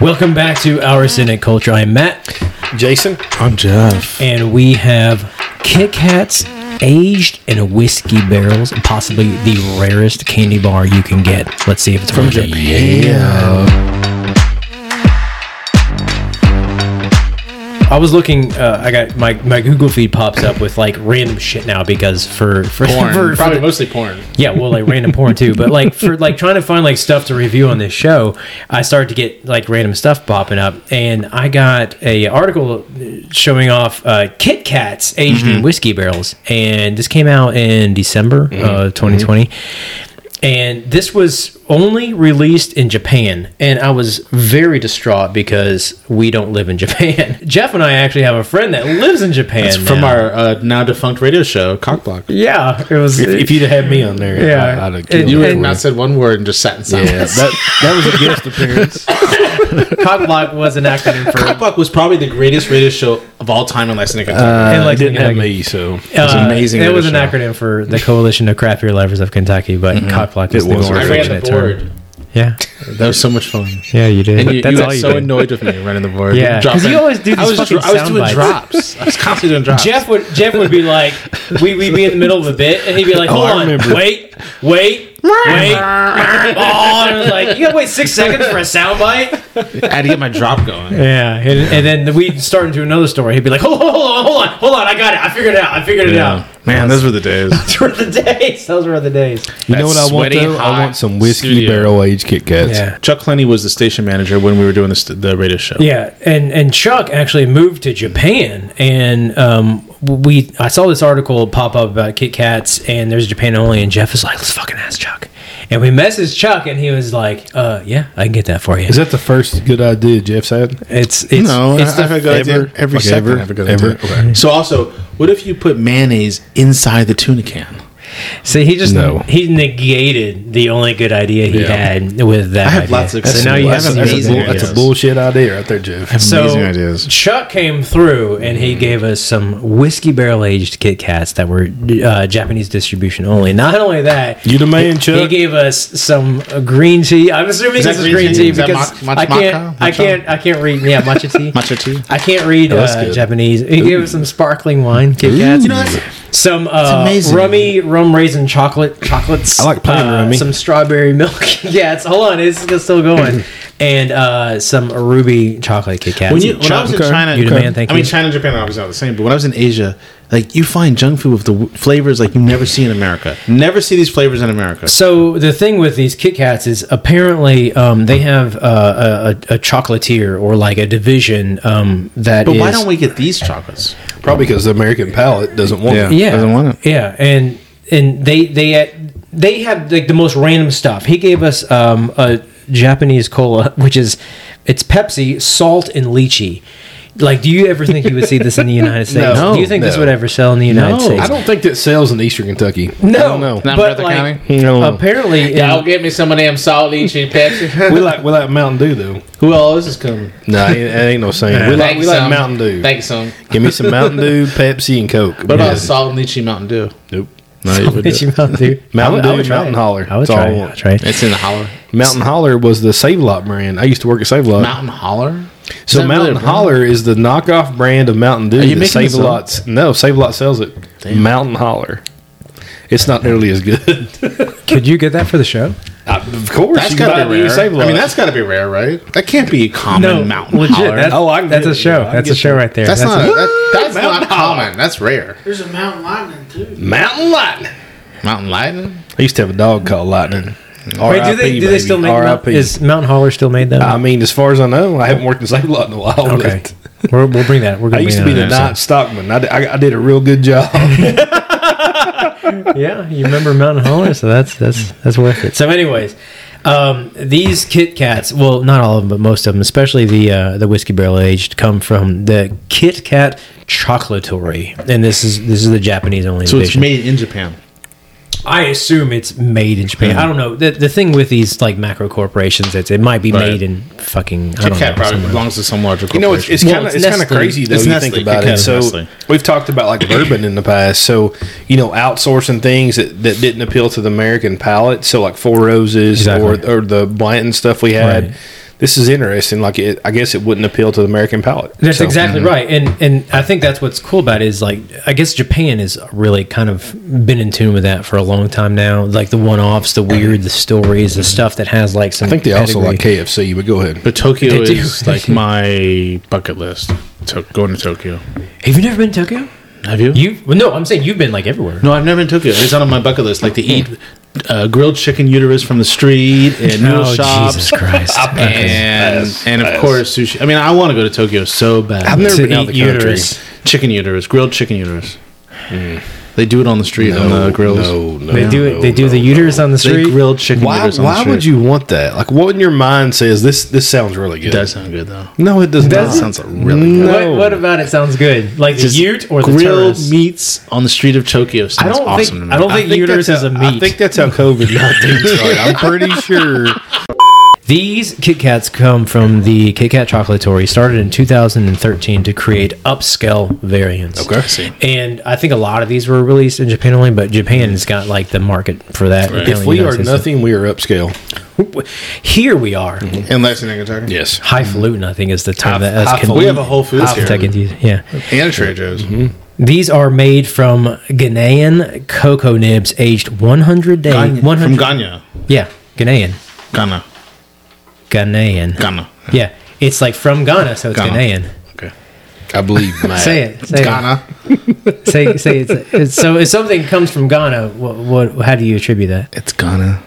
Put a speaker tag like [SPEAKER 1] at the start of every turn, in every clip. [SPEAKER 1] Welcome back to Our Cynic Culture. I'm Matt,
[SPEAKER 2] Jason,
[SPEAKER 3] I'm Jeff.
[SPEAKER 1] and we have Kit Kats aged in whiskey barrels, and possibly the rarest candy bar you can get. Let's see if it's from Japan. I was looking. Uh, I got my, my Google feed pops up with like random shit now because for for,
[SPEAKER 2] porn,
[SPEAKER 1] for, for
[SPEAKER 2] probably mostly porn.
[SPEAKER 1] yeah, well, like random porn too. But like for like trying to find like stuff to review on this show, I started to get like random stuff popping up, and I got a article showing off uh, Kit Kats aged
[SPEAKER 2] Mm-hmm.
[SPEAKER 1] in whiskey barrels, and this came out in December
[SPEAKER 2] Mm-hmm.
[SPEAKER 1] of 2020. And this was only released in Japan. And I was very distraught because we don't live in Japan. Jeff and I actually have a friend that lives in Japan.
[SPEAKER 2] It's from
[SPEAKER 1] now.
[SPEAKER 2] our uh, now defunct radio show, Cockblock.
[SPEAKER 1] Yeah. It was.
[SPEAKER 2] If you'd have had me on there,
[SPEAKER 1] yeah.
[SPEAKER 3] I- I'd have
[SPEAKER 1] It-
[SPEAKER 3] killed
[SPEAKER 2] you would
[SPEAKER 1] it-
[SPEAKER 2] have not said one word and just sat in silence.
[SPEAKER 3] Yeah, that, that was a guest appearance.
[SPEAKER 1] Cockblock was an acronym for
[SPEAKER 2] Cockblock was probably the greatest radio show of all time, unless Nick. Uh,
[SPEAKER 1] and like
[SPEAKER 3] Didn't have me, so it's
[SPEAKER 1] uh,
[SPEAKER 3] amazing.
[SPEAKER 1] It
[SPEAKER 3] that
[SPEAKER 1] was
[SPEAKER 3] it's
[SPEAKER 1] an
[SPEAKER 3] out.
[SPEAKER 1] acronym for the Coalition of Crappier Lovers of Kentucky, but cockblock is
[SPEAKER 3] It
[SPEAKER 1] the
[SPEAKER 3] was.
[SPEAKER 1] more
[SPEAKER 2] I ran the
[SPEAKER 1] affectionate term.
[SPEAKER 2] board.
[SPEAKER 1] Yeah,
[SPEAKER 2] That was so much fun.
[SPEAKER 1] yeah, you did.
[SPEAKER 2] And you,
[SPEAKER 1] That's
[SPEAKER 2] you
[SPEAKER 1] all
[SPEAKER 2] got
[SPEAKER 1] you
[SPEAKER 2] so
[SPEAKER 1] did.
[SPEAKER 2] annoyed with me running the board.
[SPEAKER 1] Yeah, 'cause
[SPEAKER 2] Dropping-
[SPEAKER 1] you always do
[SPEAKER 2] I
[SPEAKER 1] these
[SPEAKER 2] was,
[SPEAKER 1] fucking
[SPEAKER 2] I was
[SPEAKER 1] sound
[SPEAKER 2] doing
[SPEAKER 1] bites.
[SPEAKER 2] drops. I was constantly doing drops.
[SPEAKER 1] Jeff would Jeff would be like, we would be in the middle of a bit, and he'd be like, "Hold
[SPEAKER 3] I
[SPEAKER 1] on,
[SPEAKER 3] remember.
[SPEAKER 1] wait, wait, wait." Oh, and I was like, "You gotta wait six seconds for a soundbite."
[SPEAKER 2] I had to get my drop going.
[SPEAKER 1] Yeah, and, and then we'd start into another story. He'd be like, "Hold on, hold on, hold on, hold on, I got it, I figured it out, I figured it out."
[SPEAKER 2] Man, those were the days.
[SPEAKER 1] Those were the days. Those were the days.
[SPEAKER 3] You
[SPEAKER 2] That
[SPEAKER 3] know what I want?
[SPEAKER 2] sweaty,
[SPEAKER 3] Though?
[SPEAKER 2] hot
[SPEAKER 3] I want some whiskey
[SPEAKER 2] studio.
[SPEAKER 3] barrel aged Kit Kats.
[SPEAKER 1] Yeah.
[SPEAKER 2] Chuck Clenny was the station manager when we were doing this, the radio show.
[SPEAKER 1] Yeah, and and Chuck actually moved to Japan, and um, we I saw this article pop up about Kit Kats, and there's Japan only, and Jeff was like, let's fucking ask Chuck, and we messaged Chuck, and he was like, uh, yeah, I can get that for you.
[SPEAKER 3] Is that the first good idea Jeff's had?
[SPEAKER 1] It's it's
[SPEAKER 2] no,
[SPEAKER 1] it's
[SPEAKER 2] it's I,
[SPEAKER 1] the,
[SPEAKER 2] I have a good idea
[SPEAKER 3] ever-
[SPEAKER 2] every
[SPEAKER 3] like
[SPEAKER 2] second.
[SPEAKER 3] ever,
[SPEAKER 2] I have a good
[SPEAKER 3] ever.
[SPEAKER 2] idea. So also, what if you put mayonnaise inside the tuna can?
[SPEAKER 1] see he just
[SPEAKER 3] No.
[SPEAKER 1] he negated the only good idea he
[SPEAKER 2] Yeah.
[SPEAKER 1] had with that.
[SPEAKER 2] I have
[SPEAKER 1] idea.
[SPEAKER 2] lots of
[SPEAKER 1] so now Oh, you have
[SPEAKER 2] that's
[SPEAKER 1] some
[SPEAKER 3] that's, a
[SPEAKER 2] amazing
[SPEAKER 3] bull- that's a
[SPEAKER 2] ideas.
[SPEAKER 3] bullshit idea right there, Jeff.
[SPEAKER 1] So
[SPEAKER 2] Amazing ideas.
[SPEAKER 1] Chuck came through and he gave us some whiskey barrel aged Kit Kats that were uh, Japanese distribution only. Not only that,
[SPEAKER 3] You the man,
[SPEAKER 1] He
[SPEAKER 3] Chuck.
[SPEAKER 1] gave us some uh, green tea. I'm assuming
[SPEAKER 2] Is that
[SPEAKER 1] this is
[SPEAKER 2] green
[SPEAKER 1] green
[SPEAKER 2] tea?
[SPEAKER 1] tea
[SPEAKER 2] Is that
[SPEAKER 1] because
[SPEAKER 2] ma- ma-
[SPEAKER 1] I can't,
[SPEAKER 2] maca?
[SPEAKER 1] I
[SPEAKER 2] Matcha?
[SPEAKER 1] can't, I can't read. Yeah, matcha tea.
[SPEAKER 2] Matcha tea? Oh,
[SPEAKER 1] I can't read
[SPEAKER 3] that's
[SPEAKER 1] uh,
[SPEAKER 3] good.
[SPEAKER 1] Japanese. He gave us some sparkling wine, Kit Kats.
[SPEAKER 2] You know, that's-
[SPEAKER 1] some uh,
[SPEAKER 2] amazing.
[SPEAKER 1] rummy rum raisin chocolate chocolates.
[SPEAKER 3] I like plain
[SPEAKER 1] uh,
[SPEAKER 3] rummy.
[SPEAKER 1] Some strawberry milk. yeah, it's hold on, it's, it's still going. and uh, some ruby chocolate Kit Kats.
[SPEAKER 2] When you when I was in
[SPEAKER 3] Okay.
[SPEAKER 2] China,
[SPEAKER 1] You the man, thank
[SPEAKER 2] I mean,
[SPEAKER 1] you.
[SPEAKER 2] China and Japan are obviously not the same, but when I was in Asia, like you find junk food with the w- flavors like you never see in America. Never see these flavors in America.
[SPEAKER 1] So the thing with these Kit Kats is apparently um, they have uh, a, a, a chocolatier or like a division um, that.
[SPEAKER 2] But why don't we get these chocolates?
[SPEAKER 3] Probably because the American palate doesn't want
[SPEAKER 2] Yeah.
[SPEAKER 3] it.
[SPEAKER 1] Yeah,
[SPEAKER 2] Doesn't want it.
[SPEAKER 1] Yeah, and and they they uh, they have like the most random stuff. He gave us um, a Japanese cola, which is it's Pepsi, salt, and lychee. Like, do you ever think you would see this in the United States?
[SPEAKER 3] No.
[SPEAKER 1] do you think this
[SPEAKER 3] No.
[SPEAKER 1] would ever sell in the United
[SPEAKER 2] No.
[SPEAKER 1] States?
[SPEAKER 3] I don't think that sells in Eastern Kentucky.
[SPEAKER 1] Oh. No,
[SPEAKER 3] No.
[SPEAKER 1] but
[SPEAKER 2] Breathitt
[SPEAKER 1] like,
[SPEAKER 3] County? No.
[SPEAKER 1] apparently, in-
[SPEAKER 2] get me some of them salt lychee Pepsi.
[SPEAKER 3] we like we like Mountain Dew though.
[SPEAKER 2] Who else is coming?
[SPEAKER 3] No, it ain't, it ain't no saying. we like we like Mountain Dew.
[SPEAKER 2] Thanks, some.
[SPEAKER 3] Give me some Mountain Dew, Pepsi, and Coke.
[SPEAKER 2] What about salt and lychee Mountain Dew?
[SPEAKER 3] Nope. No, you wouldn't.
[SPEAKER 1] Lychee Mountain Dew,
[SPEAKER 3] Mountain
[SPEAKER 1] I would- I
[SPEAKER 3] Dew,
[SPEAKER 1] would try
[SPEAKER 3] Mountain
[SPEAKER 1] it.
[SPEAKER 3] Holler.
[SPEAKER 1] I would
[SPEAKER 3] That's all
[SPEAKER 1] try.
[SPEAKER 3] I
[SPEAKER 1] it. I
[SPEAKER 3] want.
[SPEAKER 1] would try. it.
[SPEAKER 2] It's in the holler.
[SPEAKER 3] Mountain Holler was the Save A Lot brand. I used to work at Save A Lot.
[SPEAKER 2] Mountain holler. Is
[SPEAKER 3] so
[SPEAKER 2] that really a
[SPEAKER 3] Mountain
[SPEAKER 2] brand?
[SPEAKER 3] Holler is the knockoff brand of Mountain Dew.
[SPEAKER 2] Are you
[SPEAKER 3] that
[SPEAKER 2] making
[SPEAKER 3] Save
[SPEAKER 2] this
[SPEAKER 3] A
[SPEAKER 2] up?
[SPEAKER 3] Lot? No, Save A Lot sells it. Mountain Holler. It's not nearly as good.
[SPEAKER 1] Could you get that for the show?
[SPEAKER 3] I- of course,
[SPEAKER 2] That's
[SPEAKER 3] you can
[SPEAKER 2] gotta
[SPEAKER 3] buy
[SPEAKER 2] be
[SPEAKER 3] it at
[SPEAKER 2] rare.
[SPEAKER 3] Save A
[SPEAKER 2] I
[SPEAKER 3] Lot.
[SPEAKER 2] mean, that's gotta be rare, right? That can't be common. mountain
[SPEAKER 1] legit.
[SPEAKER 2] holler.
[SPEAKER 1] That's,
[SPEAKER 3] Oh, I can
[SPEAKER 1] that's
[SPEAKER 3] get
[SPEAKER 1] a
[SPEAKER 3] it.
[SPEAKER 1] show.
[SPEAKER 3] I can
[SPEAKER 1] that's a
[SPEAKER 3] get
[SPEAKER 1] show
[SPEAKER 3] that.
[SPEAKER 1] right there.
[SPEAKER 2] That's, not.
[SPEAKER 1] a-
[SPEAKER 2] that, that's not common. That's rare.
[SPEAKER 4] There's a mountain lightning too.
[SPEAKER 3] Mountain Lightning.
[SPEAKER 2] Mountain lightning.
[SPEAKER 3] I used to have a dog called Lightning.
[SPEAKER 1] Wait, do they do they still make Mount,
[SPEAKER 3] R.I.P.
[SPEAKER 1] is Mountain Holler still made though?
[SPEAKER 3] I mean, as far as I know, I haven't worked in Save A Lot in a while.
[SPEAKER 1] okay,
[SPEAKER 3] But
[SPEAKER 1] We're, we'll bring that. We're
[SPEAKER 3] I
[SPEAKER 1] gonna
[SPEAKER 3] used to be
[SPEAKER 1] bring
[SPEAKER 3] the
[SPEAKER 1] that up.
[SPEAKER 3] night stockman. I did, I, I did a real good job.
[SPEAKER 1] yeah, you remember Mountain Holler, so that's that's that's worth it. So, anyways, um, these Kit Kats, well, not all of them, but most of them, especially the uh, the whiskey barrel aged, come from the Kit Kat Chocolatory, and this is this is the Japanese only
[SPEAKER 2] So it's
[SPEAKER 1] edition.
[SPEAKER 2] made in Japan.
[SPEAKER 1] I assume it's made in Japan. I don't know. The, the thing with these like macro corporations, it's it might be
[SPEAKER 2] Right.
[SPEAKER 1] made in fucking. I
[SPEAKER 2] Kit
[SPEAKER 1] don't
[SPEAKER 2] Kat
[SPEAKER 1] know,
[SPEAKER 2] probably
[SPEAKER 1] somewhere.
[SPEAKER 2] belongs to some larger
[SPEAKER 3] You
[SPEAKER 2] corporation.
[SPEAKER 3] know, it's, it's
[SPEAKER 1] Well,
[SPEAKER 3] kind of
[SPEAKER 1] it's
[SPEAKER 3] it's kind of
[SPEAKER 1] Nestle.
[SPEAKER 3] crazy though.
[SPEAKER 2] It's
[SPEAKER 3] you
[SPEAKER 2] Nestle.
[SPEAKER 3] think about
[SPEAKER 2] Kit
[SPEAKER 3] it.
[SPEAKER 2] Kat is
[SPEAKER 3] So
[SPEAKER 2] Nestle.
[SPEAKER 3] we've talked about like bourbon in the past. So you know, outsourcing things that, that didn't appeal to the American palate. So like Four Roses
[SPEAKER 1] Exactly.
[SPEAKER 3] or or the Blanton stuff we had.
[SPEAKER 1] Right.
[SPEAKER 3] this is interesting. Like, it, I guess it wouldn't appeal to the American palate.
[SPEAKER 1] That's
[SPEAKER 3] So, mm-hmm.
[SPEAKER 1] exactly right, and and I think that's what's cool about it is like I guess Japan has really kind of been in tune with that for a long time now. Like the one-offs, the weird, the stories, the stuff that has like some.
[SPEAKER 3] I think they also
[SPEAKER 1] pedigree.
[SPEAKER 3] like KFC, but go ahead.
[SPEAKER 2] But Tokyo
[SPEAKER 1] They do.
[SPEAKER 2] is like my bucket list. To- going to Tokyo.
[SPEAKER 1] Have you never been to Tokyo?
[SPEAKER 2] Have you?
[SPEAKER 1] You well, no, I'm saying you've been like everywhere.
[SPEAKER 2] No, I've never been to Tokyo. It's not on my bucket list. Like to eat uh, grilled chicken uterus from the street and noodle
[SPEAKER 1] oh
[SPEAKER 2] shops.
[SPEAKER 1] Jesus Christ!
[SPEAKER 3] Oh,
[SPEAKER 1] Okay.
[SPEAKER 2] And, and of course sushi. I mean, I want to go to Tokyo so bad.
[SPEAKER 3] I've never
[SPEAKER 2] To
[SPEAKER 3] been out
[SPEAKER 2] eat
[SPEAKER 3] the country.
[SPEAKER 2] uterus, chicken uterus, grilled chicken uterus. They do it on the street on the grills.
[SPEAKER 3] Mm. no, no.
[SPEAKER 1] They do it. They do the uterus on the
[SPEAKER 2] They
[SPEAKER 1] street.
[SPEAKER 2] grilled chicken
[SPEAKER 3] Why?
[SPEAKER 2] uterus. On the
[SPEAKER 3] Why
[SPEAKER 2] street.
[SPEAKER 3] would you want that? Like, what in your mind says this? This sounds really good.
[SPEAKER 2] It does sound good though.
[SPEAKER 3] No, it does
[SPEAKER 2] That
[SPEAKER 3] not.
[SPEAKER 2] sounds really good.
[SPEAKER 1] What, what about it sounds good? Like the
[SPEAKER 2] Mm, Just
[SPEAKER 1] ute or the
[SPEAKER 2] grilled
[SPEAKER 1] turris?
[SPEAKER 2] meats on the street of Tokyo
[SPEAKER 1] don't
[SPEAKER 2] sounds
[SPEAKER 1] think-
[SPEAKER 2] awesome to me.
[SPEAKER 1] I don't think uterus
[SPEAKER 3] that's
[SPEAKER 1] is a
[SPEAKER 3] how- I
[SPEAKER 1] meat.
[SPEAKER 3] think that's how COVID nineteen started. I'm pretty sure.
[SPEAKER 1] These Kit Kats come from the Kit Kat Chocolatory, started in 2013 to create upscale variants.
[SPEAKER 3] Okay. See.
[SPEAKER 1] And I think a lot of these were released in Japan only, but Japan's got like the market for that. You know,
[SPEAKER 3] If we
[SPEAKER 1] you know,
[SPEAKER 3] are
[SPEAKER 1] it's-
[SPEAKER 3] nothing, we are upscale.
[SPEAKER 1] here we are.
[SPEAKER 3] Mm-hmm.
[SPEAKER 2] in Lexington, Kentucky.
[SPEAKER 3] Yes.
[SPEAKER 1] Highfalutin, I think, is the term that us
[SPEAKER 2] highfalutin. We have a Whole Foods
[SPEAKER 1] us
[SPEAKER 2] here.
[SPEAKER 1] Kentuckians use. Yeah.
[SPEAKER 2] and Trader Joe's.
[SPEAKER 1] These are made from Ghanaian cocoa nibs aged 100 days.
[SPEAKER 2] Ganya-
[SPEAKER 1] 100,
[SPEAKER 2] From Ghana,
[SPEAKER 1] Yeah. Ghanaian.
[SPEAKER 2] Ghana,
[SPEAKER 1] Ghanaian.
[SPEAKER 2] Ghana.
[SPEAKER 1] Yeah. It's like from Ghana, so it's
[SPEAKER 2] Ghana.
[SPEAKER 1] Ghanaian.
[SPEAKER 2] Okay,
[SPEAKER 3] I believe Matt.
[SPEAKER 1] Say it. Say it.
[SPEAKER 2] Ghana.
[SPEAKER 1] say say it's, it's so if something comes from Ghana, what, what how do you attribute that?
[SPEAKER 2] It's Ghana.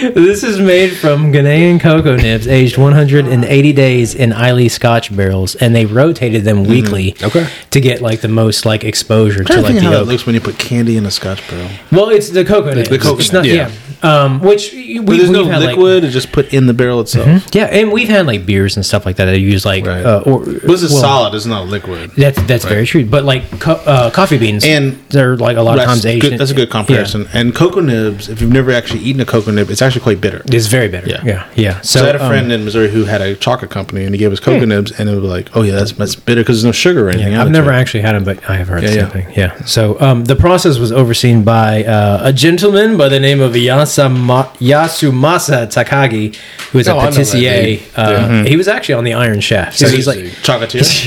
[SPEAKER 1] This is made from Ghanaian cocoa nibs aged 180 days in Islay Scotch barrels, and they rotated them weekly.
[SPEAKER 3] Okay.
[SPEAKER 1] To get like the most like exposure
[SPEAKER 2] Mm-hmm. I
[SPEAKER 1] to like
[SPEAKER 2] think
[SPEAKER 1] the
[SPEAKER 2] how that
[SPEAKER 1] oak.
[SPEAKER 2] looks when you put candy in a Scotch barrel.
[SPEAKER 1] well, it's the cocoa nibs.
[SPEAKER 2] cocoa
[SPEAKER 1] it's not,
[SPEAKER 2] nib,
[SPEAKER 1] yeah.
[SPEAKER 2] yeah.
[SPEAKER 1] Um, which we,
[SPEAKER 2] But
[SPEAKER 1] we've had like.
[SPEAKER 2] It just put in the barrel itself.
[SPEAKER 1] Yeah, and we've had like beers and stuff like that. that use like
[SPEAKER 2] Right.
[SPEAKER 1] uh, or
[SPEAKER 2] But this is
[SPEAKER 1] well,
[SPEAKER 2] solid. It's not liquid.
[SPEAKER 1] That's that's very true. But like co- uh, coffee beans,
[SPEAKER 2] And
[SPEAKER 1] they're like a lot of times
[SPEAKER 2] good-
[SPEAKER 1] Asian.
[SPEAKER 2] that's a good comparison. And cocoa nibs, if you've never actually eaten a cocoa nib, it's actually quite bitter.
[SPEAKER 1] It's very bitter.
[SPEAKER 2] Yeah.
[SPEAKER 1] yeah, yeah. So,
[SPEAKER 2] So I had a
[SPEAKER 1] um,
[SPEAKER 2] friend in Missouri who had a chocolate company, and he gave us cocoa nibs, and it was like, oh yeah, that's, that's bitter because there's no sugar or anything.
[SPEAKER 1] I've
[SPEAKER 2] added to
[SPEAKER 1] never
[SPEAKER 2] it.
[SPEAKER 1] actually had them, but I have heard the same
[SPEAKER 2] yeah.
[SPEAKER 1] thing. Yeah. So um, the process was overseen by uh, a gentleman by the name of Yasama- Yasumasa Takagi, who is
[SPEAKER 3] Oh,
[SPEAKER 1] a
[SPEAKER 3] I know that
[SPEAKER 1] patissier.
[SPEAKER 3] dude.
[SPEAKER 1] Uh, He was actually on the Iron Chef. So
[SPEAKER 2] He's
[SPEAKER 1] he's
[SPEAKER 2] like
[SPEAKER 1] like,
[SPEAKER 2] chocolatier.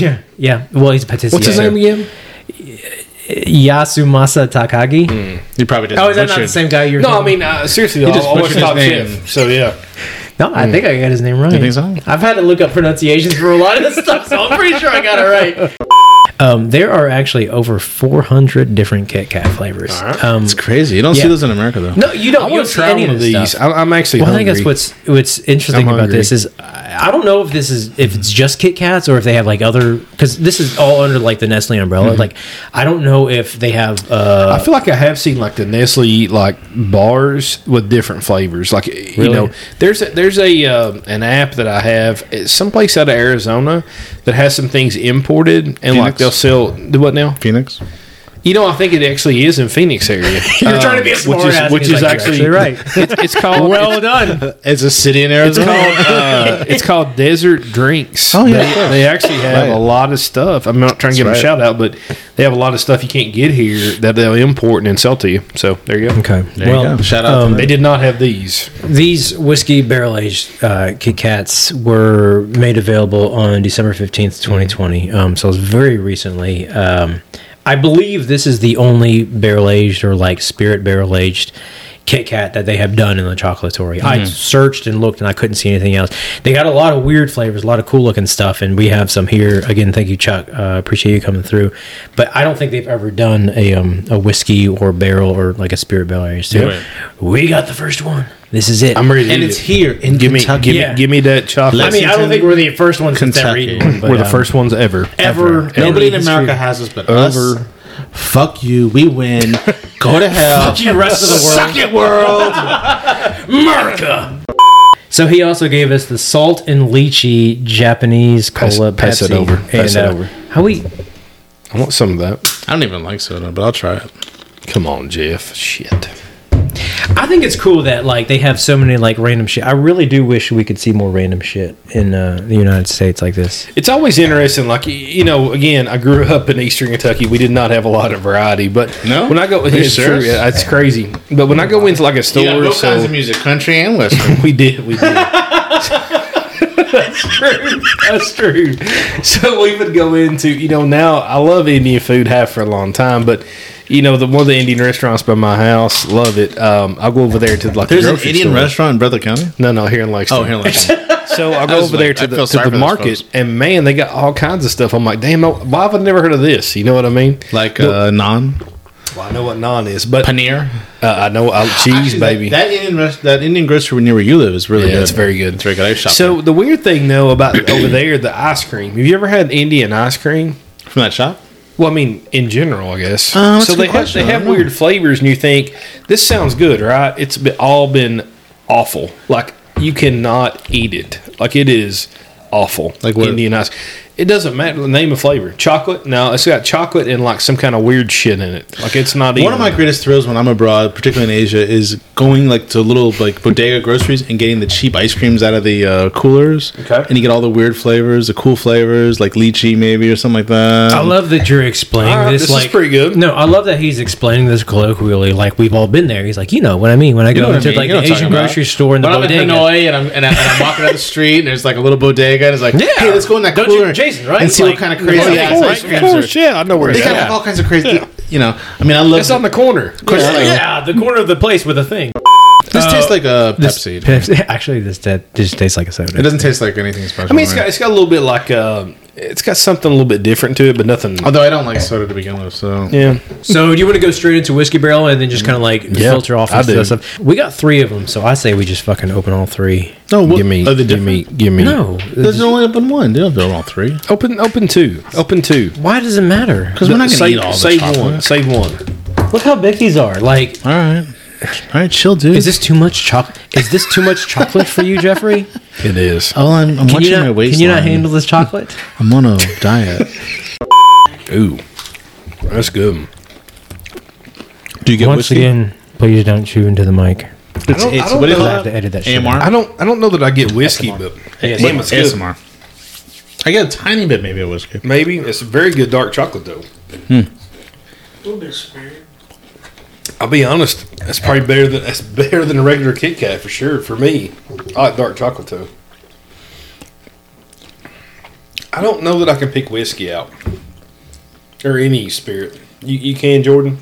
[SPEAKER 1] yeah, yeah. Well, he's a patissier.
[SPEAKER 3] What's his name again?
[SPEAKER 1] Yasumasa Takagi.
[SPEAKER 2] You probably just
[SPEAKER 1] Oh, is that not
[SPEAKER 2] butchered-
[SPEAKER 1] the same guy you're?
[SPEAKER 3] Hmm. No, I mean uh, seriously. He
[SPEAKER 2] just
[SPEAKER 3] just I watch
[SPEAKER 2] butchered his
[SPEAKER 3] Top
[SPEAKER 2] name.
[SPEAKER 3] Chef. So yeah.
[SPEAKER 1] no, I think I got his name right.
[SPEAKER 2] think so?
[SPEAKER 1] I've had to look up pronunciations for a lot of this stuff, so I'm pretty sure I got it right. Um, there are actually over 400 different Kit Kat flavors. Um,
[SPEAKER 2] It's crazy. You don't
[SPEAKER 1] Yeah.
[SPEAKER 2] see those in America though.
[SPEAKER 1] No, you don't.
[SPEAKER 3] I
[SPEAKER 1] you
[SPEAKER 3] want
[SPEAKER 1] don't
[SPEAKER 3] to
[SPEAKER 1] see
[SPEAKER 3] try
[SPEAKER 1] any
[SPEAKER 3] one of
[SPEAKER 1] this
[SPEAKER 3] these.
[SPEAKER 1] stuff.
[SPEAKER 3] I, I'm actually.
[SPEAKER 1] Well, I
[SPEAKER 3] hungry.
[SPEAKER 1] think that's what's what's interesting
[SPEAKER 3] I'm
[SPEAKER 1] about this
[SPEAKER 3] hungry.
[SPEAKER 1] is I I don't know if this is if it's just Kit Kats or if they have like other because this is all under like the Nestle umbrella. Like I don't know if they have. uh
[SPEAKER 3] I feel like I have seen like the Nestle eat like bars with different flavors. Like you
[SPEAKER 1] Really?
[SPEAKER 3] know, there's a, there's a um an app that I have it's someplace out of Arizona that has some things imported and
[SPEAKER 2] Phoenix?
[SPEAKER 3] like they'll sell do what now?
[SPEAKER 2] Phoenix.
[SPEAKER 3] You know, I think it actually is in Phoenix area. Um,
[SPEAKER 1] You're trying to be a
[SPEAKER 3] which is,
[SPEAKER 1] smart-ass,
[SPEAKER 3] which
[SPEAKER 1] he's
[SPEAKER 3] is
[SPEAKER 1] like,
[SPEAKER 3] actually,
[SPEAKER 1] "You're actually
[SPEAKER 3] It's, it's called
[SPEAKER 1] well done.
[SPEAKER 2] It's Uh, a city in
[SPEAKER 3] It's
[SPEAKER 2] Arizona.
[SPEAKER 3] called uh, it's called Desert Drinks.
[SPEAKER 2] Oh, yeah,
[SPEAKER 3] They-
[SPEAKER 2] of course.
[SPEAKER 3] they, actually have
[SPEAKER 2] Right.
[SPEAKER 3] a lot of stuff. I'm not trying to give
[SPEAKER 2] That's
[SPEAKER 3] them a shout out, but they have a lot of stuff you can't get here that they'll import and sell to you. So there you go. Um,
[SPEAKER 1] Okay.
[SPEAKER 2] There you
[SPEAKER 1] well, um,
[SPEAKER 2] go. shout out. to
[SPEAKER 3] They
[SPEAKER 2] them.
[SPEAKER 3] did not have these.
[SPEAKER 1] these whiskey barrel aged uh, Kit Kats were made available on December fifteenth, twenty twenty. Um, so it's very recently. Um, I believe this is the only barrel aged or like spirit barrel aged Kit Kat that they have done in the chocolatory. I searched and looked and I couldn't see anything else. They got a lot of weird flavors, a lot of cool looking stuff, and we have some here. Again, thank you, Chuck. Uh, appreciate you coming through. But I don't think they've ever done a um, a whiskey or barrel or like a spirit barrel aged. too.
[SPEAKER 2] Yeah.
[SPEAKER 1] We got the first one. This is it.
[SPEAKER 3] I'm ready. to
[SPEAKER 2] and
[SPEAKER 3] eat
[SPEAKER 2] it's
[SPEAKER 3] it.
[SPEAKER 2] here in
[SPEAKER 3] Give me,
[SPEAKER 2] Kentucky.
[SPEAKER 3] give
[SPEAKER 1] Yeah.
[SPEAKER 3] me, give me that chocolate.
[SPEAKER 1] I mean, I don't think we're the first ones that's ever
[SPEAKER 2] Kentucky.
[SPEAKER 1] eaten one, but,
[SPEAKER 3] we're the
[SPEAKER 1] um,
[SPEAKER 3] first ones ever.
[SPEAKER 1] ever.
[SPEAKER 2] Nobody in
[SPEAKER 1] the
[SPEAKER 2] America
[SPEAKER 1] history-
[SPEAKER 2] has this but
[SPEAKER 3] Over.
[SPEAKER 2] us. Fuck you. We win. Go to hell.
[SPEAKER 1] Fuck you, rest of the world.
[SPEAKER 2] Suck it, world.
[SPEAKER 1] So he also gave us the salt and lychee Japanese cola
[SPEAKER 3] pass
[SPEAKER 1] Pepsi.
[SPEAKER 3] it over. Pass
[SPEAKER 1] and,
[SPEAKER 3] it
[SPEAKER 1] uh,
[SPEAKER 3] over.
[SPEAKER 1] How we?
[SPEAKER 3] I want some of that.
[SPEAKER 2] I don't even like soda, but I'll try it.
[SPEAKER 3] Come on, Jeff. Shit.
[SPEAKER 1] I think it's cool that like they have so many like random shit. I really do wish we could see more random shit in uh, the United States like this.
[SPEAKER 3] It's always interesting. Like y- you know, again, I grew up in Eastern Kentucky. We did not have a lot of variety, but
[SPEAKER 2] No?
[SPEAKER 3] when I go,
[SPEAKER 2] Are you
[SPEAKER 3] it's true.
[SPEAKER 2] serious?
[SPEAKER 3] Yeah, it's crazy. But when I go into like a store, so
[SPEAKER 2] music, country and western.
[SPEAKER 3] we did, we did. That's true. That's true. So we would go into you know now I love Indian food have for a long time, but you know the one of the Indian restaurants by my house, love it. Um, I'll go over there to like
[SPEAKER 2] There's
[SPEAKER 3] the
[SPEAKER 2] an
[SPEAKER 3] grocery
[SPEAKER 2] Indian
[SPEAKER 3] store.
[SPEAKER 2] restaurant in Brother County.
[SPEAKER 3] No, no, here in Lexington.
[SPEAKER 2] Oh, here in Lexington.
[SPEAKER 3] So I'll
[SPEAKER 2] I
[SPEAKER 3] go
[SPEAKER 2] was
[SPEAKER 3] over
[SPEAKER 2] like,
[SPEAKER 3] there
[SPEAKER 2] I
[SPEAKER 3] to the,
[SPEAKER 2] feel
[SPEAKER 3] to
[SPEAKER 2] sorry
[SPEAKER 3] the
[SPEAKER 2] for those
[SPEAKER 3] market,
[SPEAKER 2] folks.
[SPEAKER 3] and man, they got all kinds of stuff. I'm like, damn, why have I never heard of this? You know what I mean?
[SPEAKER 2] like uh, naan,
[SPEAKER 3] Well, I know what naan is, but uh,
[SPEAKER 2] paneer,
[SPEAKER 3] I know I, cheese, baby.
[SPEAKER 2] That, Indian rest- that Indian grocery near where you live is really
[SPEAKER 3] yeah,
[SPEAKER 2] good.
[SPEAKER 3] it's very good.
[SPEAKER 2] It's very good. I shop
[SPEAKER 3] So the weird thing though about over there, the ice cream. Have you ever had Indian ice cream?
[SPEAKER 2] there. from that shop.
[SPEAKER 3] Well, I mean, in general, I guess.
[SPEAKER 2] Uh, that's
[SPEAKER 3] so
[SPEAKER 2] a good
[SPEAKER 3] they have,
[SPEAKER 2] question.
[SPEAKER 3] they
[SPEAKER 2] I
[SPEAKER 3] have
[SPEAKER 2] don't know.
[SPEAKER 3] weird flavors, and you think this sounds good, right? It's be- all been awful. Like you cannot eat it. Like it is awful.
[SPEAKER 2] Like what?
[SPEAKER 3] Indian ice. It doesn't matter the name of flavor. Chocolate? No, it's got chocolate and like some kind of weird shit in it. Like it's not even.
[SPEAKER 2] One of my greatest thrills when I'm abroad, particularly in Asia, is going like to little like bodega groceries and getting the cheap ice creams out of the uh, coolers.
[SPEAKER 3] Okay.
[SPEAKER 2] And you get all the weird flavors, the cool flavors, like lychee maybe or something like that.
[SPEAKER 1] I love that you're explaining
[SPEAKER 3] All right,
[SPEAKER 1] this.
[SPEAKER 3] this is
[SPEAKER 1] like,
[SPEAKER 3] pretty good.
[SPEAKER 1] No, I love that he's explaining this colloquially. Like we've all been there. He's like, you know what I mean when I
[SPEAKER 2] know
[SPEAKER 1] go
[SPEAKER 2] what I
[SPEAKER 1] into
[SPEAKER 2] mean.
[SPEAKER 1] like
[SPEAKER 2] You know
[SPEAKER 1] the
[SPEAKER 2] what I'm
[SPEAKER 1] Asian
[SPEAKER 2] talking about.
[SPEAKER 1] grocery store and the
[SPEAKER 2] But I'm in
[SPEAKER 1] bodega.
[SPEAKER 2] Hanoi and I'm, and, I, and I'm walking down the street and there's like a little bodega and it's like,
[SPEAKER 1] Yeah.
[SPEAKER 2] hey, let's go in that
[SPEAKER 1] Go to
[SPEAKER 2] cooler
[SPEAKER 1] Jason, right?
[SPEAKER 2] and see
[SPEAKER 1] Like,
[SPEAKER 2] what kind of crazy
[SPEAKER 1] yeah,
[SPEAKER 2] ass
[SPEAKER 1] of
[SPEAKER 2] ice
[SPEAKER 1] course,
[SPEAKER 2] creams are.
[SPEAKER 3] yeah, I know where
[SPEAKER 2] They
[SPEAKER 3] it's
[SPEAKER 2] kind
[SPEAKER 3] at.
[SPEAKER 2] of all kinds of crazy, you know. I mean, I love.
[SPEAKER 3] It's on the corner.
[SPEAKER 2] course, like,
[SPEAKER 1] yeah, the corner of the place with a thing.
[SPEAKER 2] This
[SPEAKER 3] uh,
[SPEAKER 2] tastes like a
[SPEAKER 1] This-
[SPEAKER 2] Pepsi.
[SPEAKER 1] Pepsi. Actually, this that just tastes like a soda.
[SPEAKER 2] It doesn't taste like anything special.
[SPEAKER 3] I mean, it's got it's got a little bit like uh, it's got something a little bit different to it, but nothing.
[SPEAKER 2] although I don't like soda to begin with, so
[SPEAKER 3] Yeah.
[SPEAKER 1] So do you want to go straight into whiskey barrel and then just kind of like filter off
[SPEAKER 3] I
[SPEAKER 1] and
[SPEAKER 3] do.
[SPEAKER 1] stuff? We got three of them, so I say we just fucking open all three.
[SPEAKER 2] no. What,
[SPEAKER 3] Give me,
[SPEAKER 2] are they
[SPEAKER 3] give me,
[SPEAKER 2] different?
[SPEAKER 3] give me.
[SPEAKER 1] No,
[SPEAKER 2] There's only open one. They don't do all three.
[SPEAKER 3] Open, open two, open two.
[SPEAKER 1] why does it matter?
[SPEAKER 2] Because we're not going to
[SPEAKER 3] save
[SPEAKER 2] eat all the
[SPEAKER 3] save
[SPEAKER 2] chocolate.
[SPEAKER 3] one, save one.
[SPEAKER 1] Look how big these are. Like,
[SPEAKER 2] All right, all right, chill, dude.
[SPEAKER 1] is this too much chocolate? Is this too much chocolate for you, Jeffrey?
[SPEAKER 3] It is.
[SPEAKER 2] Oh, I'm, I'm
[SPEAKER 1] Can
[SPEAKER 2] watching
[SPEAKER 1] you not,
[SPEAKER 2] my waistline.
[SPEAKER 1] Can you not handle this chocolate?
[SPEAKER 2] I'm on a diet.
[SPEAKER 3] Ooh, that's good.
[SPEAKER 2] do you get
[SPEAKER 1] Once again, please don't chew into the mic.
[SPEAKER 2] It's,
[SPEAKER 3] don't- I
[SPEAKER 2] it's
[SPEAKER 3] don't
[SPEAKER 2] what do you
[SPEAKER 3] know.
[SPEAKER 2] call
[SPEAKER 1] I have
[SPEAKER 2] it?
[SPEAKER 1] to edit that shit
[SPEAKER 2] AMR.
[SPEAKER 3] I don't, I don't know that I get whiskey, but damn, it's good.
[SPEAKER 2] ASMR. I get a tiny bit, maybe of whiskey.
[SPEAKER 3] Maybe it's a very good dark chocolate though.
[SPEAKER 1] Hmm.
[SPEAKER 4] little bit spirit.
[SPEAKER 3] I'll be honest, that's probably better than that's better than a regular Kit Kat for sure. For me, I like dark chocolate though. I don't know that I can pick whiskey out or any spirit. You, you can, Jordan,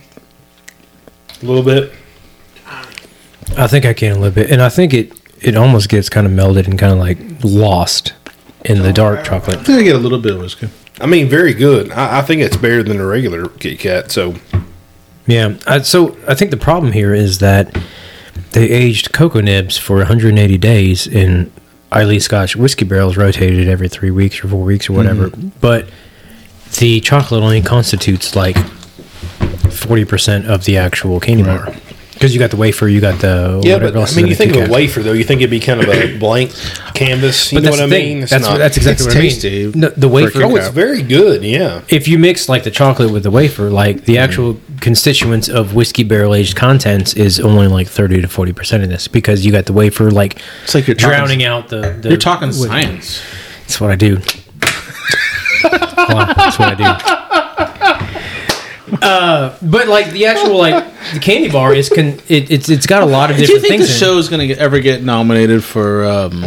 [SPEAKER 3] a little bit.
[SPEAKER 1] I think I can a little bit, and I think it it almost gets kind of melded and kind of like lost in the dark chocolate.
[SPEAKER 2] I think I get a little bit of whiskey.
[SPEAKER 3] I mean, very good. I, I think it's better than a regular Kit Kat. So
[SPEAKER 1] Yeah. I, so I think the problem here is that they aged cocoa nibs for 180 days in Islay Scotch whiskey barrels rotated every three weeks or four weeks or whatever. But the chocolate only constitutes like 40% of the actual candy bar. Because you got the wafer, you got the
[SPEAKER 3] yeah,
[SPEAKER 1] whatever
[SPEAKER 3] but
[SPEAKER 1] else
[SPEAKER 3] I
[SPEAKER 1] is
[SPEAKER 3] mean,
[SPEAKER 1] in
[SPEAKER 3] you
[SPEAKER 1] a
[SPEAKER 3] think of
[SPEAKER 1] Kit
[SPEAKER 3] a
[SPEAKER 1] Kat.
[SPEAKER 3] wafer though. You think it'd be kind of a blank canvas. You
[SPEAKER 1] But
[SPEAKER 3] know
[SPEAKER 1] that's
[SPEAKER 3] what I
[SPEAKER 1] the thing.
[SPEAKER 3] mean? It's
[SPEAKER 1] That's,
[SPEAKER 3] not-
[SPEAKER 1] that's exactly
[SPEAKER 2] It's
[SPEAKER 1] what I
[SPEAKER 2] tasty
[SPEAKER 1] mean. No, the wafer.
[SPEAKER 2] Kit
[SPEAKER 3] oh, it's
[SPEAKER 2] Kat.
[SPEAKER 3] very good. Yeah.
[SPEAKER 1] if you mix like the chocolate with the wafer, like
[SPEAKER 2] Mm-hmm.
[SPEAKER 1] the actual constituents of whiskey barrel aged contents is only like thirty to forty percent of this because you got the wafer like
[SPEAKER 2] It's like you're talking-
[SPEAKER 1] drowning out the, the
[SPEAKER 2] You're talking
[SPEAKER 1] what-
[SPEAKER 2] science.
[SPEAKER 1] That's what I do. Well, that's what I do. Uh, but like the actual like the candy bar is con it, it's it's got a lot of
[SPEAKER 2] Do you
[SPEAKER 1] different
[SPEAKER 2] think
[SPEAKER 1] things.
[SPEAKER 2] the
[SPEAKER 1] in it.
[SPEAKER 2] show is going to ever get nominated for um,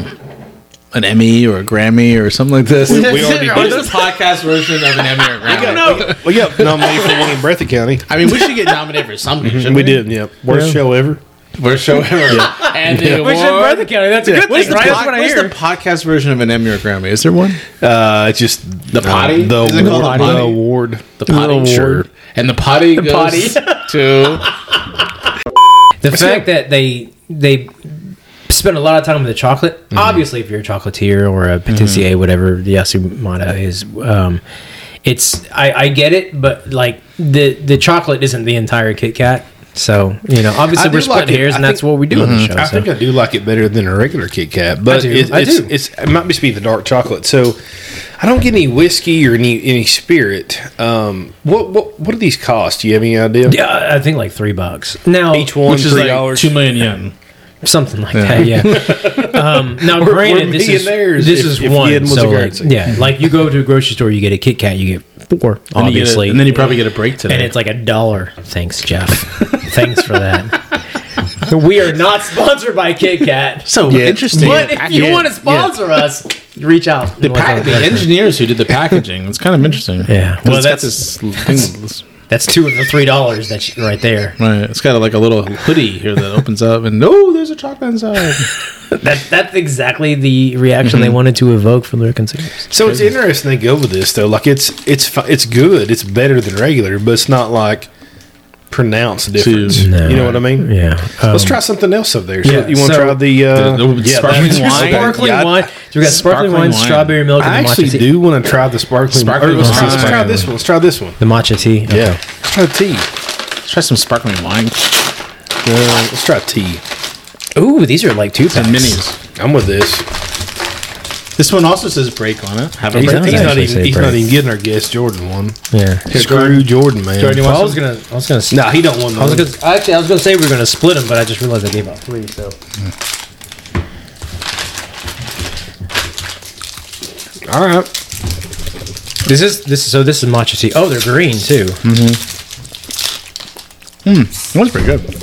[SPEAKER 2] an Emmy or a Grammy or something like this?
[SPEAKER 3] we already
[SPEAKER 2] Or
[SPEAKER 3] did.
[SPEAKER 2] just a podcast version of an Emmy or a Grammy?
[SPEAKER 3] Well, yeah, nominated for one in Breathitt County.
[SPEAKER 2] I mean, we should get nominated for something. shouldn't
[SPEAKER 3] And we did, yeah. Worst show ever.
[SPEAKER 2] Worst show ever. And the
[SPEAKER 1] Which in
[SPEAKER 2] award-
[SPEAKER 1] Breathitt County, that's a good
[SPEAKER 2] What is
[SPEAKER 1] thing,
[SPEAKER 2] the,
[SPEAKER 1] right?
[SPEAKER 2] pod-
[SPEAKER 1] That's what I
[SPEAKER 2] what is
[SPEAKER 1] hear.
[SPEAKER 2] the podcast version of an Emmy or Grammy? Is there one?
[SPEAKER 3] Uh, it's just the
[SPEAKER 2] potty?
[SPEAKER 3] The
[SPEAKER 2] Is it called
[SPEAKER 3] award.
[SPEAKER 2] the
[SPEAKER 3] The
[SPEAKER 2] potty?
[SPEAKER 3] award.
[SPEAKER 2] The potty, sure. And the potty goes
[SPEAKER 1] potty.
[SPEAKER 2] to
[SPEAKER 1] The fact that they they spend a lot of time with the chocolate.
[SPEAKER 3] Mm-hmm.
[SPEAKER 1] Obviously, if you're a chocolatier or a patissier, whatever the Yasumata is, um, it's I, I get it, but like the the chocolate isn't the entire Kit Kat. So you know, obviously
[SPEAKER 3] I do
[SPEAKER 1] we're
[SPEAKER 3] like
[SPEAKER 1] splitting
[SPEAKER 3] it.
[SPEAKER 1] hairs,
[SPEAKER 3] I
[SPEAKER 1] and that's
[SPEAKER 3] think- Mm-hmm.
[SPEAKER 1] what we do on the show.
[SPEAKER 3] I
[SPEAKER 1] so.
[SPEAKER 3] think I do like it better than a regular Kit Kat, but
[SPEAKER 1] do.
[SPEAKER 3] It,
[SPEAKER 1] I
[SPEAKER 3] it's,
[SPEAKER 1] do.
[SPEAKER 3] It's, it might just be the dark chocolate. So I don't get any whiskey or any any spirit. Um, what what what do these cost? Do you have any idea?
[SPEAKER 1] yeah, I think like three bucks now.
[SPEAKER 3] Each one
[SPEAKER 2] which is
[SPEAKER 3] three
[SPEAKER 2] like
[SPEAKER 3] dollars.
[SPEAKER 2] two million yen.
[SPEAKER 1] something like that. Yeah. um, now, granted, this is
[SPEAKER 3] millionaires
[SPEAKER 1] this
[SPEAKER 3] if-
[SPEAKER 1] is
[SPEAKER 3] if yen
[SPEAKER 1] one.
[SPEAKER 3] was
[SPEAKER 1] So
[SPEAKER 3] a
[SPEAKER 1] like,
[SPEAKER 3] currency.
[SPEAKER 1] yeah, like you go to a grocery store, you get a Kit Kat, you get four,
[SPEAKER 2] And you get a-
[SPEAKER 1] obviously,
[SPEAKER 2] and then you probably get a break today.
[SPEAKER 1] and it's like a dollar. Thanks, Jeff. Thanks for that. We are not sponsored by Kit Kat.
[SPEAKER 2] so
[SPEAKER 3] Yeah.
[SPEAKER 2] interesting.
[SPEAKER 1] But if you
[SPEAKER 3] Yeah.
[SPEAKER 1] want to sponsor us, reach out.
[SPEAKER 2] The, pack- the engineers who did the packaging. It's kind of interesting.
[SPEAKER 1] Yeah. Well,
[SPEAKER 2] Well, it's got
[SPEAKER 1] that's-
[SPEAKER 2] this thing.
[SPEAKER 1] That's two of the three dollars that's right there.
[SPEAKER 2] Right. It's got like a little hoodie here that opens up, and oh, there's a chocolate inside.
[SPEAKER 1] That that's exactly the reaction they wanted to evoke from their consumers.
[SPEAKER 3] So it's interesting they go with this though. Like it's it's fi- it's good. It's better than regular, but it's not like pronounced difference.
[SPEAKER 1] No.
[SPEAKER 3] You know what I mean?
[SPEAKER 1] Yeah. Um,
[SPEAKER 3] Let's try something else up there. So
[SPEAKER 1] yeah,
[SPEAKER 3] you want to
[SPEAKER 1] so-
[SPEAKER 3] try the, uh,
[SPEAKER 2] The- the sparkling
[SPEAKER 3] that's-
[SPEAKER 2] wine.
[SPEAKER 1] Sparkling
[SPEAKER 2] Yeah, I-
[SPEAKER 1] wine. So we got sparkling,
[SPEAKER 2] sparkling
[SPEAKER 1] wine,
[SPEAKER 2] wine.
[SPEAKER 1] strawberry milk, and
[SPEAKER 3] I
[SPEAKER 1] the
[SPEAKER 3] actually
[SPEAKER 1] matcha tea.
[SPEAKER 3] do want to try the sparkling.
[SPEAKER 2] Sparkling
[SPEAKER 3] or let's,
[SPEAKER 2] wine.
[SPEAKER 3] let's try this one. Let's try this one.
[SPEAKER 1] The matcha tea. Okay.
[SPEAKER 3] Yeah. Try tea.
[SPEAKER 2] Let's try some sparkling wine.
[SPEAKER 3] Uh, let's try tea.
[SPEAKER 1] Ooh, these are like two
[SPEAKER 2] The
[SPEAKER 1] packs.
[SPEAKER 2] minis.
[SPEAKER 3] I'm with this.
[SPEAKER 2] This one also says break on it. Have a
[SPEAKER 1] It
[SPEAKER 3] He's,
[SPEAKER 2] break.
[SPEAKER 1] does
[SPEAKER 3] not, he's,
[SPEAKER 1] actually
[SPEAKER 3] not, even,
[SPEAKER 1] say
[SPEAKER 3] he's not
[SPEAKER 1] break.
[SPEAKER 3] even getting our guest Jordan one.
[SPEAKER 1] Yeah.
[SPEAKER 3] Screw Jordan, man.
[SPEAKER 2] Jordan, you
[SPEAKER 1] Well,
[SPEAKER 2] want
[SPEAKER 1] I was
[SPEAKER 2] some?
[SPEAKER 1] gonna. I was gonna.
[SPEAKER 3] No, he don't want
[SPEAKER 1] I was
[SPEAKER 3] none.
[SPEAKER 1] gonna. Actually, I was gonna say we were gonna split them, but I just realized I gave out three. So.
[SPEAKER 3] All right.
[SPEAKER 1] This is this. So this is matcha tea. Oh, they're green too.
[SPEAKER 2] That one's pretty good. I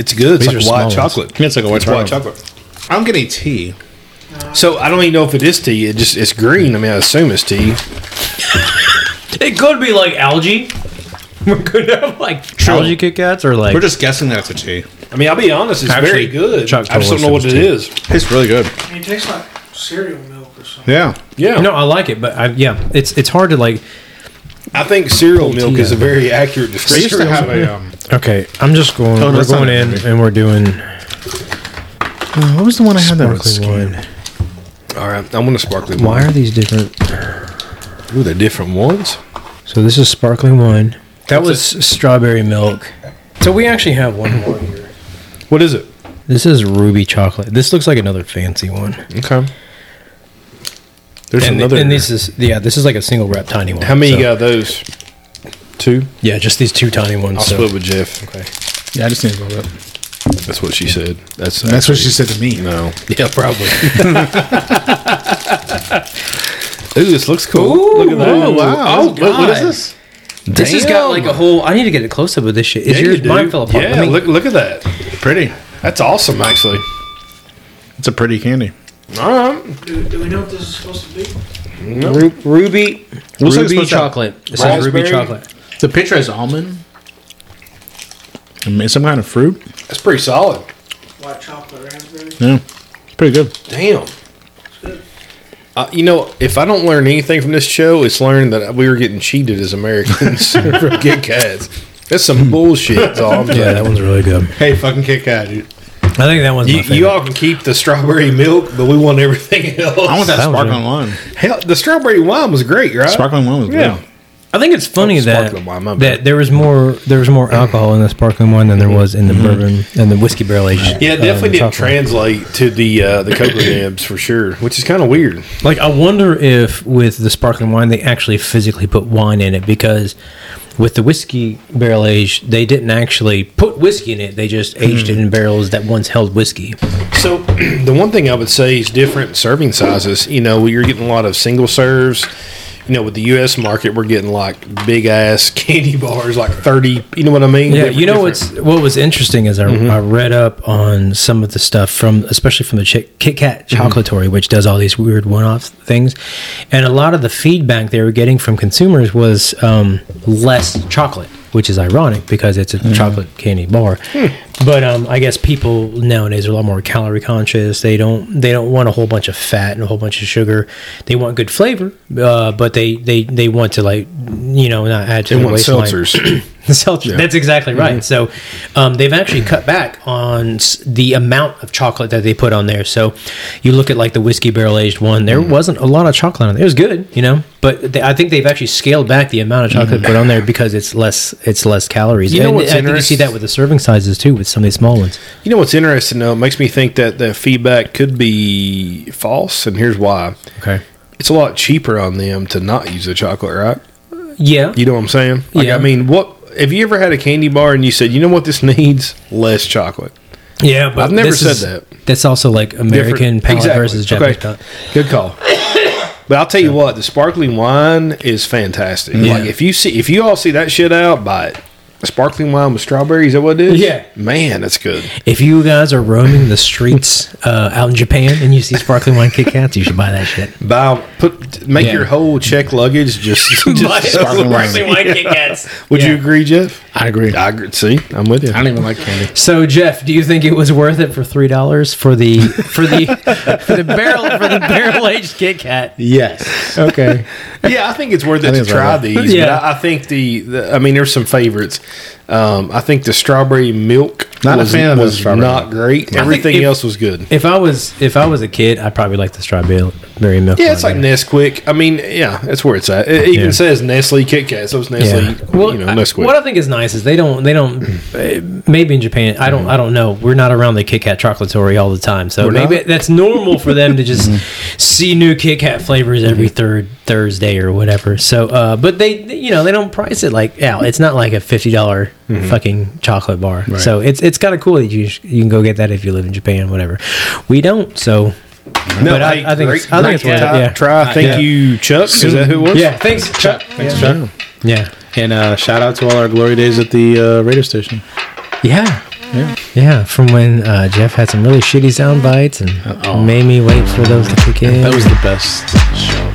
[SPEAKER 3] It's good. It's
[SPEAKER 1] These
[SPEAKER 3] like
[SPEAKER 1] are
[SPEAKER 3] white
[SPEAKER 1] small
[SPEAKER 3] chocolate.
[SPEAKER 2] mean, it's like a white
[SPEAKER 3] It's white
[SPEAKER 2] chocolate.
[SPEAKER 3] chocolate.
[SPEAKER 2] I don't get any tea.
[SPEAKER 3] So I don't even know if it is tea. It just it's green. I mean, I assume it's tea.
[SPEAKER 1] It could be like algae. We could have like algae Kit Kats or like.
[SPEAKER 2] We're just guessing that it's a tea.
[SPEAKER 3] I mean, I'll be honest. It's
[SPEAKER 2] Actually,
[SPEAKER 3] very good.
[SPEAKER 1] chocolate
[SPEAKER 3] I just don't know what it is.
[SPEAKER 2] Tastes really good.
[SPEAKER 4] I mean, it tastes like cereal milk or something.
[SPEAKER 2] Yeah.
[SPEAKER 3] Yeah.
[SPEAKER 1] no, I like it, but I, yeah, it's it's hard to like.
[SPEAKER 3] I think cereal milk is a very accurate
[SPEAKER 2] They used
[SPEAKER 3] description.
[SPEAKER 2] to have a. Um,
[SPEAKER 1] Okay, I'm just going.
[SPEAKER 2] Oh, no,
[SPEAKER 1] we're
[SPEAKER 2] that's
[SPEAKER 1] going
[SPEAKER 2] not
[SPEAKER 1] in
[SPEAKER 2] it.
[SPEAKER 1] and we're doing
[SPEAKER 2] Oh, what was the one I had that was?
[SPEAKER 1] sparkling wine.
[SPEAKER 3] All right. I'm gonna sparkling.
[SPEAKER 1] Why are these different?
[SPEAKER 3] Ooh, they're different ones.
[SPEAKER 1] So this is sparkling wine. That was strawberry milk. So we actually have one more here.
[SPEAKER 3] What is it?
[SPEAKER 1] This is ruby chocolate. This looks like another fancy one.
[SPEAKER 3] Okay. There's
[SPEAKER 1] And,
[SPEAKER 3] another.
[SPEAKER 1] and this is yeah, this is like a single wrap tiny one.
[SPEAKER 3] how many uh,
[SPEAKER 1] So-
[SPEAKER 3] you got of those? Two.
[SPEAKER 1] Yeah, just these two tiny ones.
[SPEAKER 3] I'll
[SPEAKER 1] so-
[SPEAKER 3] split with Jeff. Okay.
[SPEAKER 2] Yeah, I just need a little bit.
[SPEAKER 3] That's what she said. That's
[SPEAKER 2] That's what she said to me.
[SPEAKER 3] No.
[SPEAKER 2] Yeah, probably.
[SPEAKER 3] Ooh, this looks cool. Look at that.
[SPEAKER 1] Ooh, wow.
[SPEAKER 3] Oh, what- what is
[SPEAKER 1] God.
[SPEAKER 3] this?
[SPEAKER 1] This has got like a whole. I need to get a close up of this shit. Is
[SPEAKER 3] Yeah,
[SPEAKER 1] yours
[SPEAKER 3] you do.
[SPEAKER 1] mine fell apart?
[SPEAKER 3] Yeah,
[SPEAKER 1] Let me-
[SPEAKER 3] look look at that.
[SPEAKER 2] Pretty.
[SPEAKER 3] That's awesome, actually.
[SPEAKER 2] It's a pretty candy.
[SPEAKER 3] All right.
[SPEAKER 4] Do, do we know what this is supposed to be?
[SPEAKER 1] Ru- ruby,
[SPEAKER 2] Looks like it's
[SPEAKER 1] ruby
[SPEAKER 2] supposed to-
[SPEAKER 1] chocolate. It says ruby
[SPEAKER 3] Raspberry?
[SPEAKER 1] chocolate.
[SPEAKER 2] The picture has almond. I mean, some kind of fruit.
[SPEAKER 3] That's pretty solid.
[SPEAKER 4] White chocolate raspberry.
[SPEAKER 2] Yeah. It's pretty good.
[SPEAKER 3] Damn. Uh, you know, if I don't learn anything from this show, it's learned that we were getting cheated as Americans from Kit Kats. That's some bullshit. That's all I'm
[SPEAKER 1] Yeah,
[SPEAKER 3] saying.
[SPEAKER 1] that one's really good.
[SPEAKER 2] Hey, fucking Kit Kat, dude.
[SPEAKER 1] I think that one's
[SPEAKER 3] You,
[SPEAKER 1] my favorite.
[SPEAKER 3] you all can keep the strawberry milk, but we want everything else.
[SPEAKER 2] I want that,
[SPEAKER 1] That was
[SPEAKER 2] sparkling wine.
[SPEAKER 3] Hell, the strawberry wine was great, right?
[SPEAKER 2] Sparkling wine was
[SPEAKER 3] Yeah.
[SPEAKER 2] good.
[SPEAKER 1] I think it's funny
[SPEAKER 3] Oh,
[SPEAKER 1] that
[SPEAKER 3] sparkling wine, my bad.
[SPEAKER 1] that there was more there was more alcohol in the sparkling wine than there was in the bourbon and the whiskey barrel aged.
[SPEAKER 3] Mm-hmm. Yeah, it
[SPEAKER 1] uh,
[SPEAKER 3] definitely didn't
[SPEAKER 1] chocolate.
[SPEAKER 3] translate to the uh, the cocoa nibs for sure, which is kind of weird.
[SPEAKER 1] Like I wonder if with the sparkling wine they actually physically put wine in it because with the whiskey barrel age they didn't actually put whiskey in it they just aged
[SPEAKER 3] Mm-hmm.
[SPEAKER 1] it in barrels that once held whiskey.
[SPEAKER 3] So, the one thing I would say is different serving sizes. You know, you're getting a lot of single serves. You know, with the U.S. market, we're getting like big ass candy bars, like thirty. You know what I mean?
[SPEAKER 1] Yeah,
[SPEAKER 3] They're
[SPEAKER 1] you know
[SPEAKER 3] different. Mm-hmm.
[SPEAKER 1] what's what was interesting is I, I read up on some of the stuff from especially from the Chick, Kit Kat
[SPEAKER 3] Mm-hmm.
[SPEAKER 1] Chocolatory, which does all these weird one-off things, and a lot of the feedback they were getting from consumers was um, less chocolate, which is ironic because it's a
[SPEAKER 3] Mm-hmm.
[SPEAKER 1] chocolate candy bar.
[SPEAKER 3] Hmm.
[SPEAKER 1] But um, I guess people nowadays are a lot more calorie conscious. They don't they don't want a whole bunch of fat and a whole bunch of sugar. They want good flavor, uh, but they, they they want to like you know not add to
[SPEAKER 3] they
[SPEAKER 1] their
[SPEAKER 3] want
[SPEAKER 1] waistline.
[SPEAKER 3] seltzers.
[SPEAKER 1] The seltzer. That's exactly right. So
[SPEAKER 3] Mm-hmm.
[SPEAKER 1] um, they've actually cut back on s- the amount of chocolate that they put on there. So you look at like the whiskey barrel aged one, there
[SPEAKER 3] Mm-hmm.
[SPEAKER 1] wasn't a lot of chocolate on there. It was good, you know, but they, I think they've actually scaled back the amount of chocolate put on there because it's less it's less calories.
[SPEAKER 3] Mm-hmm. You know
[SPEAKER 1] and
[SPEAKER 3] what's
[SPEAKER 1] I think you see
[SPEAKER 3] interest-
[SPEAKER 1] that with the serving sizes too, with some of these small ones.
[SPEAKER 3] You know what's interesting though? It makes me think that the feedback could be false, and here's why.
[SPEAKER 1] Okay.
[SPEAKER 3] It's a lot cheaper on them to not use the chocolate, right?
[SPEAKER 1] Yeah.
[SPEAKER 3] You know what I'm saying? Like,
[SPEAKER 1] Yeah.
[SPEAKER 3] I mean, what have you ever had a candy bar and you said, you know what this needs? Less chocolate.
[SPEAKER 1] Yeah, but
[SPEAKER 3] I've never
[SPEAKER 1] this
[SPEAKER 3] said
[SPEAKER 1] is-
[SPEAKER 3] that.
[SPEAKER 1] That's also like American
[SPEAKER 3] Different-
[SPEAKER 1] palate
[SPEAKER 3] Exactly.
[SPEAKER 1] versus Japanese palate.
[SPEAKER 3] Good call. But I'll tell you what, the sparkling wine is fantastic. Like if you see if you all see that shit out, buy it. sparkling wine with strawberries. Is that what it is?
[SPEAKER 1] Yeah.
[SPEAKER 3] Man, that's good.
[SPEAKER 1] If you guys are roaming the streets uh, out in Japan and you see sparkling wine Kit Kats, you should buy that shit.
[SPEAKER 3] Buy, put, make
[SPEAKER 1] Yeah.
[SPEAKER 3] your whole check luggage just, just sparkling wine.
[SPEAKER 1] Kit Kats.
[SPEAKER 3] Would you agree, Jeff?
[SPEAKER 2] I agree. I
[SPEAKER 3] I agree. See, I'm with you.
[SPEAKER 2] don't even like candy.
[SPEAKER 1] So Jeff, do you think it was worth it for three dollars for the for the for the barrel for the barrel aged Kit Kat?
[SPEAKER 2] Yes.
[SPEAKER 1] Okay.
[SPEAKER 3] yeah, I think it's worth it to
[SPEAKER 2] it's
[SPEAKER 3] try
[SPEAKER 2] worth it.
[SPEAKER 3] these.
[SPEAKER 1] Yeah.
[SPEAKER 3] But I, I think the, the, I mean, there's some favorites. Um, I think the strawberry milk
[SPEAKER 2] Not a
[SPEAKER 3] was,
[SPEAKER 2] fan of the
[SPEAKER 3] was
[SPEAKER 2] strawberry
[SPEAKER 3] not
[SPEAKER 2] milk.
[SPEAKER 3] great.
[SPEAKER 1] think
[SPEAKER 3] Everything
[SPEAKER 1] if-
[SPEAKER 3] else was good.
[SPEAKER 1] If I was if I was a kid, I'd probably like the strawberry milk.
[SPEAKER 3] Yeah, it's like
[SPEAKER 1] one.
[SPEAKER 3] Nesquik. I mean, yeah, that's where it's at. It even
[SPEAKER 1] Yeah.
[SPEAKER 3] says Nestle Kit Kat, so it's Nestle,
[SPEAKER 1] Well,
[SPEAKER 3] you know,
[SPEAKER 1] I-
[SPEAKER 3] Nesquik.
[SPEAKER 1] what I think is nice is they don't they don't uh, maybe in Japan I
[SPEAKER 3] Mm-hmm.
[SPEAKER 1] don't I don't know we're not around the Kit Kat chocolatory all the time so maybe
[SPEAKER 3] not?
[SPEAKER 1] that's normal for them to just see new Kit Kat flavors every third Thursday or whatever so uh, but they they- you know they don't price it like out it's not like a fifty
[SPEAKER 3] Mm-hmm.
[SPEAKER 1] fucking chocolate bar so it's it's kind of cool that you sh- you can go get that if you live in Japan whatever we don't so
[SPEAKER 3] no,
[SPEAKER 1] but I- I think it's- I think it's worth it,
[SPEAKER 3] try,
[SPEAKER 1] yeah.
[SPEAKER 3] Try. Thank
[SPEAKER 2] Uh, Yeah.
[SPEAKER 3] you, Chuck. Is that who it was?
[SPEAKER 1] yeah thanks Chuck
[SPEAKER 2] Thanks, Chuck.
[SPEAKER 1] yeah.
[SPEAKER 2] And uh, shout out to all our glory days at the uh, radio station.
[SPEAKER 1] Yeah. Yeah. from when uh, Jeff had some really shitty sound bites and made me wait for those to kick in.
[SPEAKER 2] That was the best show.